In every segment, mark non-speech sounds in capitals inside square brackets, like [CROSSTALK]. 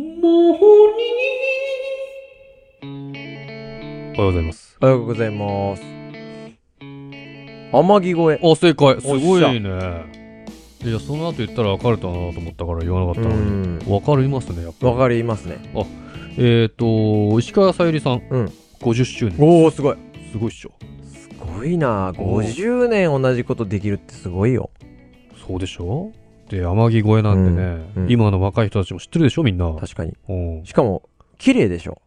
魔法におはようございます。おはようございます。天城越あ、正解。すおっしゃごいね。いや、その後言ったら分かるかなと思ったから言わなかえ。ったのに。ん。分かりますね、やっぱり。わかりますね。えっ、と、石川さゆりさん、うん50周年。おお、すごい。すごいっしょ。すごいな。おー50年同じことできるってすごいよ。そうでしょで、天城越えなんてね、うんうん今の若い人たちも知ってるでしょ、みんな。確かに。うんしかも、綺麗でしょ。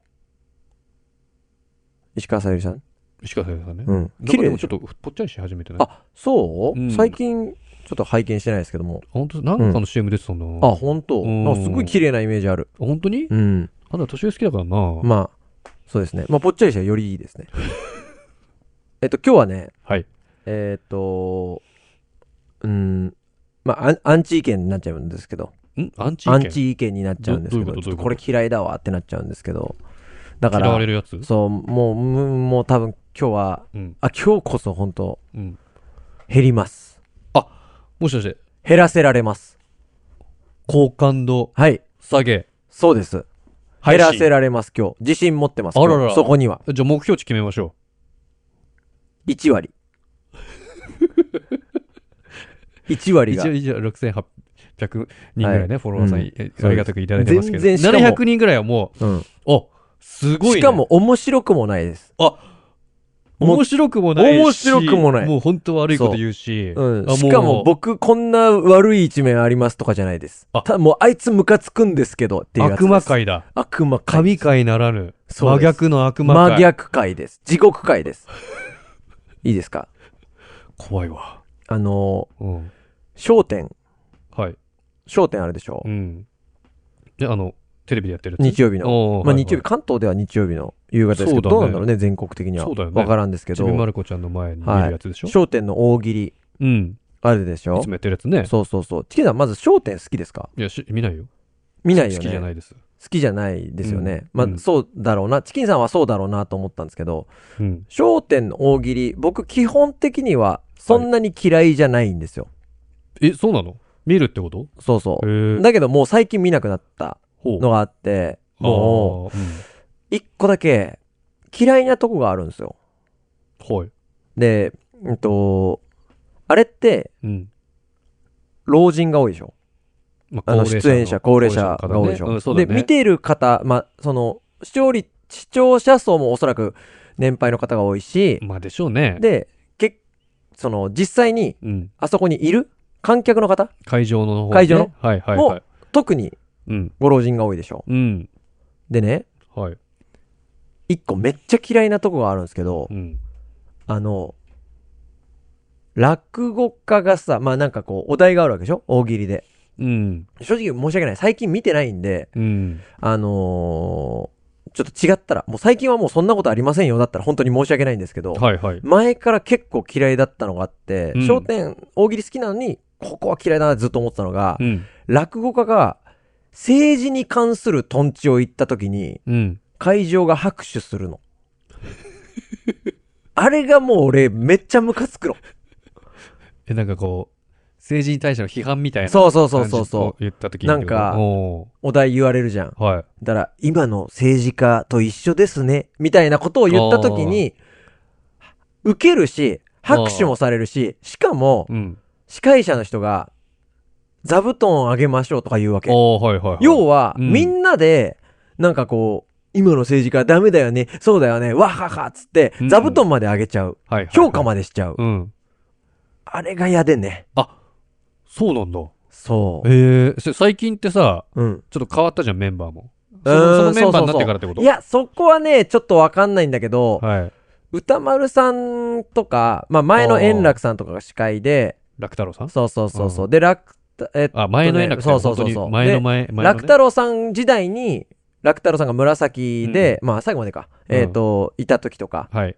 石川さゆりさん。石川さゆりさんね。うん。なん綺かで麗もでしちょょっ。とぽっちゃりし始めてない。あ、そう、うん最近、ちょっと拝見してないですけども。本当なんかの CM 出てたんだな。あ、ほんと。うんなんかすごい綺麗なイメージある。本当にうん。あんた年上好きだからな。まあ、そうですね。まあ、ぽっちゃりしたらよりいいですね。 [LAUGHS] えっと、今日はね、はい。えっ、と、うん、まあアン、アンチ意見になっちゃうんですけど、んアンチ意見アンチ意見になっちゃうんですけどど、どういうことちどうょっということこれ嫌いだわってなっちゃうんですけど、だか嫌わられ、るやつそう、もう、もうもう多分今日は、うん。あ、今日こそ本当うん。減ります。もしかして、減らせられます。好感度はい、下げ。そうです。減らせられます、今日。自信持ってます、あらら今日そこには。じゃあ目標値決めましょ1割。1う。割一が応、。一応6800人ぐらいね、フォロワーさん、うんえすありがたくいただいてますけど。全然しかも700人ぐらいはもうんう、お、すごい、ね。しかも、面白くもないです。面白くもないし。面白くもないもう本当悪いこと言うし。うんあしかも、僕こんな悪い一面ありますとかじゃないですあ。たもうあいつムカつくんですけどっていうやつです。悪魔。界だ。悪魔界。神界ならぬ。そう真です逆の悪魔界。真逆界です。地獄界です。 [LAUGHS] いいですか怖いわ。あのうん。ー、焦点。はい。焦点あるでしょうん。で、あの、テレビでやってるやつ日曜日の。おーまはいあは日い曜日、関東では日曜日の夕方ですけど、そうだねどうなんだろうね、全国的には。そうだよねわからんですけちどび、まる子ちゃんの前に見るやつでしょ、焦点の大喜利、うん。あるでしいょつもやってるやつね。そうそうそう。チキさん、まず焦点好きですかいや、し見ないよ。見ないよね。好きじゃないです。好きじゃないですよね。うんまあ、うんそうだろうな。チキンさんはそうだろうなと思ったんですけど、うん。焦点の大喜利、僕基本的にはそんなに嫌いじゃないんですよ。え、そうなの見るってことそうそへう。え。だけどもう最近見なくなったほうのがあって、もあーう一個だけ嫌いなとこがあるんですよ。うん。はい。で、うんと、あれってうん。老人が多いでしょまあの、出演者、高齢者が多いでし高齢者ょ、の方ねうんそうだね。で、見ている方、まあ、その、視聴率、視聴者層もおそらく年配の方が多いし、まあでしょうね。で、けその、実際に、うん。あそこにいる観客の方、会場の方ね会場のはいはいはもい。特にうん。ご老人が多いでしょ。うん。でね、はい。一個めっちゃ嫌いなとこがあるんですけどう、ん。あの、落語家がさ、まあなんかこう、お題があるわけでしょ大喜利で。うん。正直申し訳ない。最近見てないんで、うん。あのーちょっと違ったら、もう最近はもうそんなことありませんよだったら本当に申し訳ないんですけど、はいはい。前から結構嫌いだったのがあって、うん笑点大喜利好きなのに、ここは嫌いだなってずっと思ってたのがう、ん。落語家が政治に関するトンチを言った時にうん。会場が拍手する [LAUGHS] の。あれがもう俺めっちゃムカつくの。え、なんかこう、政治に対しての批判みたいな。そうそうそうそうそう。。言った時にってこと。なんかおお題言われるじゃん。ーはい。だから今の政治家と一緒ですね。みたいなことを言った時に、受けるし、拍手もされるし、しかもうん。司会者の人が座布団あげましょうとか言うわけ。おーはいはいはい。要は、うんみんなで、なんかこう、今の政治家ダメだよね、そうだよね、わははっつってう、ん座布団まで上げちゃう。はいはいはい評価までしちゃう。うん。あれが嫌でね。そうなんだ。そう。ええせ最近ってさ、うん。ちょっと変わったじゃん、メンバーも。そうのんそのメンバーになっそうそうそてうからってこといや、そこはね、ちょっとわかんないんだけど、はい。歌丸さんとか、まあ前の円楽さんとかが司会で、楽太郎さんそうそうそうそう。で、楽、えっとねあ、前の円楽さん。そうそうそうそ本う。当に前ので前、前のね楽太郎さん時代に、楽太郎さんが紫で、まあ最後までか、うんえっと、いた時とか、はい。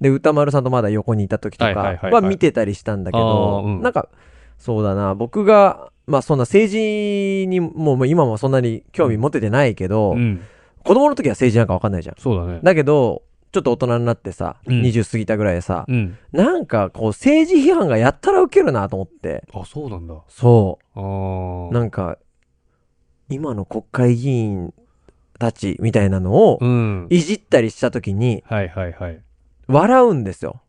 で歌丸さんとまだ横にいた時とはいはいかはいははい見てたりしたんだけあど、ーうんなんかそうだな僕がまあそんな政治にもうもう今もそんなに興味持ててないけど、うん。子供の時は政治なんか分かんないじゃんそうだね。だけどちょっと大人になってさ、うん20過ぎたぐらいでさ、うん。なんかこう政治批判がやったらウケるなと思ってあ、そうなんだ。あそーうなんか今の国会議員たちみたいなのをうん。いじったりした時にはいはいはい。笑うんですよ。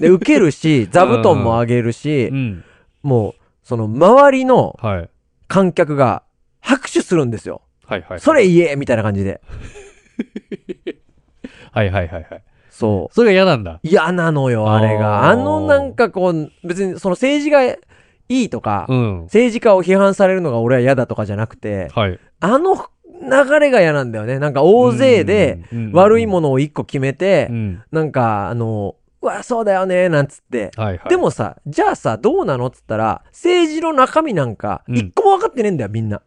で、受け [LAUGHS] るし、座布団もあげるしう、ん。もう、その周りのはい。はい観客が拍手するんですよ。はいはい。それ言えみたいな感じで。はいはいはいはい。そう。それが嫌なんだ。嫌なのよ、あれが。あーあのなんかこう、別にその政治がいいとか、うん。政治家を批判されるのが俺は嫌だとかじゃなくて、はい。あの流れが嫌なんだよね。なんか大勢でうん、悪いもののを一個決めてう、ん。なんかあの、うわ、そうだよね、なんつって。はいはい。で、もさ、じゃあさ、どうなのっつったら、政治の中身なんか、うん一個も分かってねえんだよ、みん [LAUGHS] な。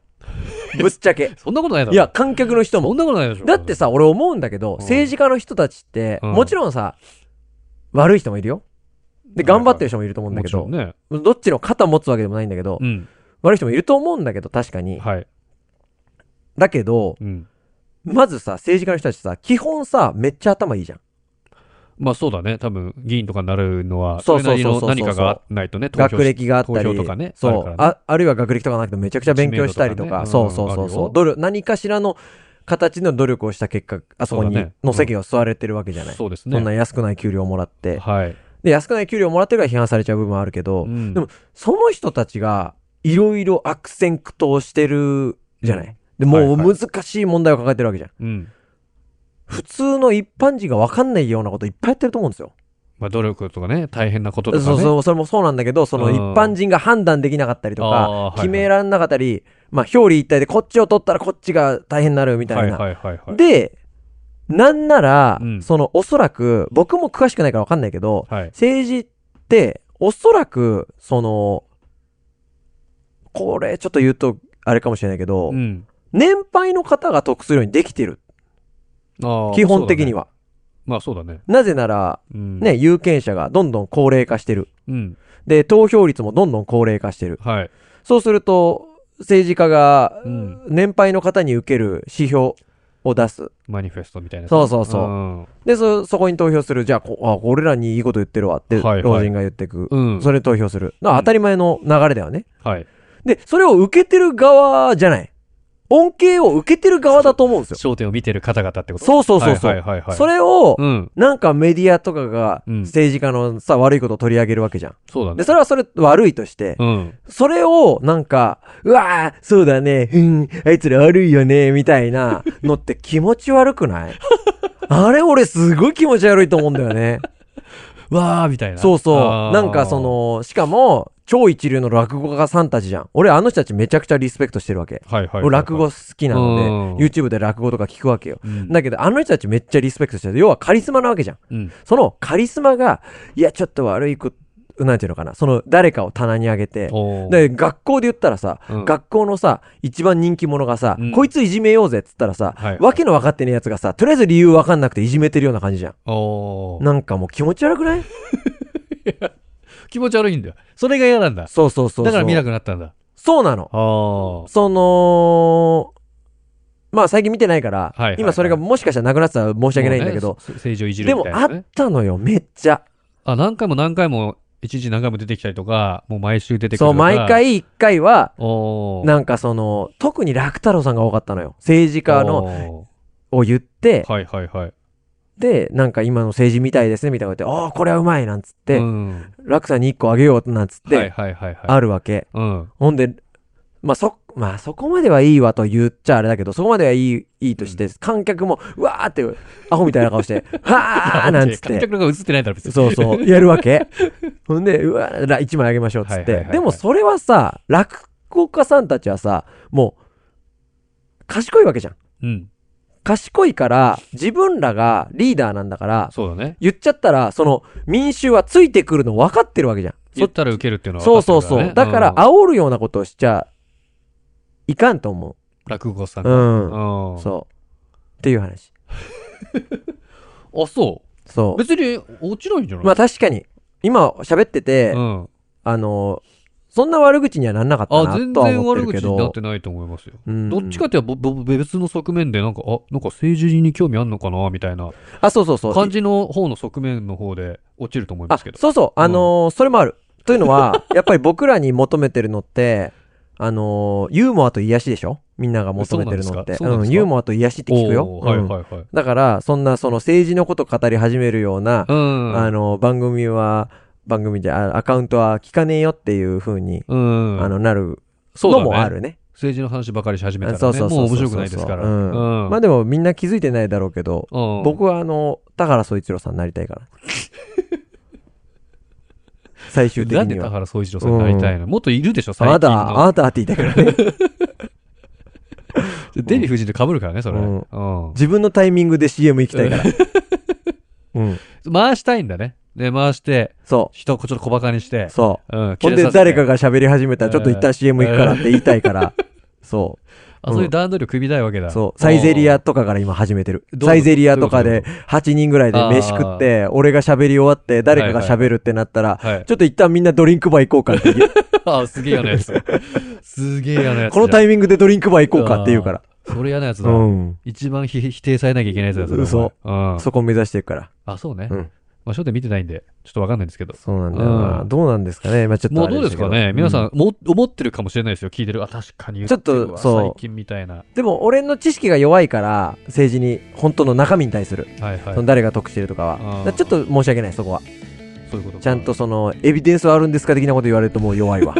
ぶっちゃけ。そんなことないだろ。いや、、観客の人もそん。なことないでしょ。だってさ、俺思うんだけど、ん政治家の人たちって、うんもちろんさ、悪い人もいるよ。で、頑張ってる人もいると思うんだもけちど、ろんね。どっちの肩持つわけでもないんだけど、うん。悪い人もいると思うんだけど、確かに。はい。だけど、うん。まずさ、政治家の人たちさ、基本さ、めっちゃ頭いいじゃん。まあそうだね。多分、議員とかになるのは、そそうれなそうりそうのそう何かがないとね、投票し学歴があった投り、票とかね。そうああるからねあ、るいは学歴とかなくてもめちゃくちゃ勉強したりと知か、名そ度うとかねそううんあそうるそう、よ努力、何かしらの形の努力をした結果、あそこそうだにねの席を座れてるわけじゃない。そそうですね。んな安くない給料をもらって、はい。で、安くない給料をもらってるから批判されちゃう部分もあるけど、うんでも、その人たちが、いろいろ悪戦苦闘してるじゃない。うで、もうはいは難しい問題を抱えてるわけじゃん。うん。普通の一般人が分かんないようなこといっぱいやってると思うんですよ。まあ努力とかね、大変なこととかね。そうそう、それもそうなんだけど、そのうん一般人が判断できなかったりとあーはいかは、い決められなかったり、まあ、表裏一体でこっちを取ったらこっちが大変になるみたいな。はいはいはいはい。で、なんなら、うんその、おそらく、僕も詳しくないから分かんないけど、はい。政治って、おそらく、その、これちょっと言うと、あれかもしれないけど、うん。年配の方が得するようにできてる。ああ基本的には。は。まあそうだね。なぜなら、うん。ね、。有権者がどんどん高齢化してる。うん。で、投票率もどんどん高齢化してる。はい。そうすると、政治家がうん、年配の方に受ける指標を出す。マニフェストみたいな。うそうそうそう。う。で、そ、そこに投票する。じゃあ、こあ俺らにいいこと言ってるわって、はいはい老人が言ってく。うん。それで投票する。だから当たり前の流れだよね。はい。で、それを受けてる側じゃない。恩恵を受けてる側だと思うんですよ。焦点を見てる方々ってことそうそうそうそう。はいはいはいはい。それを、うん。なんかメディアとかがうん政治家のさ、悪いことを取り上げるわけじゃん。そうだで、ね。それはそれ悪いとして、うん。それをなんか、うわーそうだね、うん、あいつら悪いよね、みたいなのって気持ち悪 [LAUGHS] くないあれ俺すごい気持ち悪いと思うんだよ [LAUGHS] ね。わーみたいな。そうそあう。ーなんかそ、の、しかも、超一流の落語家さんたちじゃん。俺あの人たちめちゃくちゃリスペクトしてるわけ。はいはいはいはい。俺落語好きなうのんで、YouTube で落語とか聞くわけよ。うん。だけど、あの人たちめっちゃリスペクトしてる。要はカリスマなわけじゃん。うん。そのカリスマが、いや、ちょっと悪いこと、なんていうのかな。その、誰かを棚に上げて、おーで、学校で言ったらさ、うん学校のさ、一番人気者がさ、うんこいついじめようぜっつったらさ、はいわけの分かってねえやつがさ、とりあえず理由分かんなくていじめてるような感じじゃん。おーなんかもう気持ち悪くない気持ち悪いんだよ。それが嫌なんだ。そうそうそうそう。だから見なくなったんだ。そうなの。ああ。はその、まあ最近見てないから、はいはいはい今それがもしかしたらなくなってたら申し訳ないんだけど、政治をいじでるみもたいあな、ね。ったのよ、めっちゃ。あ、何回も何回も、一日何回も出てきたりとか、もう毎週出てくるとか。そう、毎。回一回は、おーなんかその、特に楽太郎さんが多かったのよ。政治家の、の。を言って、はいはいはい。で、なんか今の政治みたいですね、みたいなこと言って、ああ、これはうまいなんつって、うん、楽さんに一個あげようなんつって、はいはいはいはい。あるわけ。うん。ほんで、まあ、そ、まあ、そこまではいいわと言っちゃあれだけど、そこまではいい、いいとして、観客も、うわーって、アホみたいな顔して、 [LAUGHS] はーなんつっ [LAUGHS] 観て、客が映ってないだろ、別に。そう [LAUGHS] そう、やるわけ。ほんで、うわー、ら一枚あげましょうっつっはいはいてはい。はいでもそれはさ、落語家さんたちはさ、もう、賢いわけじゃん。うん。賢いから、自分らがリーダーなんだから、そうだね。言っちゃったら、その、民衆はついてくるの分かってるわけじゃん。そ言ったら受けるっていうのはそう分かそうってるそらねう。だから、ん煽るようなことをしちゃいかんと思落語さんう。うが。ん。うんあ、そう。っていう話。そ。そうう。別に落ちないんじゃないまあ確かに、今喋ってて、うん。あの、そんな悪口にはなんなかったあ、な全とは然思っ悪てるけ口になっどて。ないと思いますよ。うんどっちかっていうと、ぼぼ別の側面で、なんか、あ、なんか政治に興味あんのかな、みたいなあ、そうそうそう。感じの方の側面の方で落ちると思いまあすけ、ど。そうそう。うんあのーそれもある。 [LAUGHS] というのは、やっぱり僕らに求めてるのって、あのーユーモアと癒しでしょみんなが求めてるのって。そうなんですかそうなんですかユーモアと癒しって聞くよ。おーはいうんはいはい。だから、そんなその政治のこと語り始めるような、うん。あの、番組は、番組で、あアカウントは聞かねえよっていう風に、うん。あの、なるそうだのねもあるね。政治の話ばかりし始めたそらうね、そうそうもそうう面白くないですから。うんうんまあでもみんな気づいてないだろうけど、うん僕はあの、田原総一郎さんになりた [LAUGHS] いから。最終的なんにで田は。原総一郎さんになりたいのもっといるでしょ、最あな近た、あの。なたって言いたいからね。 [LAUGHS] デヴィ夫人と被るからね、それ。ううんん。自分のタイミングで CM 行きた [LAUGHS] いから。うん。回したいんだね。で、回して、そ人をちょっと小馬鹿にしてう。。そう。うん。ほん切れでさせて誰か。が喋り始めたらちょっと一え旦ー CM 行くからって言いた [LAUGHS] いから。そあ、そういう段取りを組みたいわけう。だ。そう。サイゼリうんア。とかから今始めてる。どういうことサイゼリアとかどういでう8人ぐらいで飯食って、俺が喋り終わって誰かが喋るってなったら、はい。ちょっと一旦みんなドリンクバー行こうかっ [LAUGHS] て言う。 [LAUGHS] あ、すげえ嫌なやつ。すげえ嫌なやつ。このタイイミングでドリンクバー行こうかって言うから。それ嫌なやつだう。ん。一番ひ否定されなきゃいけないやつだ、それ。嘘お前うん。そこ目指してるから。あ、そうね。うんまあ、焦点見てないんで、ちょっとわかんないんですけど。そうなんだよな。うんどうなんですかね。まあちょっともうあれどうですけどかね、皆さ、うんも、思ってるかもしれないですよ、聞いてる。あ、確かに言ってるわちょっとそう最近みたいな。でも俺の知識が弱いから、政治に、本当の中身に対する。はいはい。その誰が得してるとかは。だあーからちょっと申し訳ない、そこは。そういうことかちゃんと。その、エビデンスはあるんですか的なこと言われるともう弱 [LAUGHS] いわ。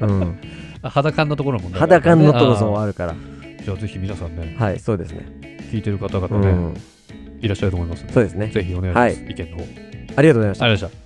うん。あ肌感のところもね。肌感のところもああるから。ーじゃあ、ぜひ皆さんね、はい、そうですね。聞いてる方う々ね、ん。いらっしゃると思いますのでそうですね。ぜひお願いします。意見の方。ありがとうありがとうございました。ございました。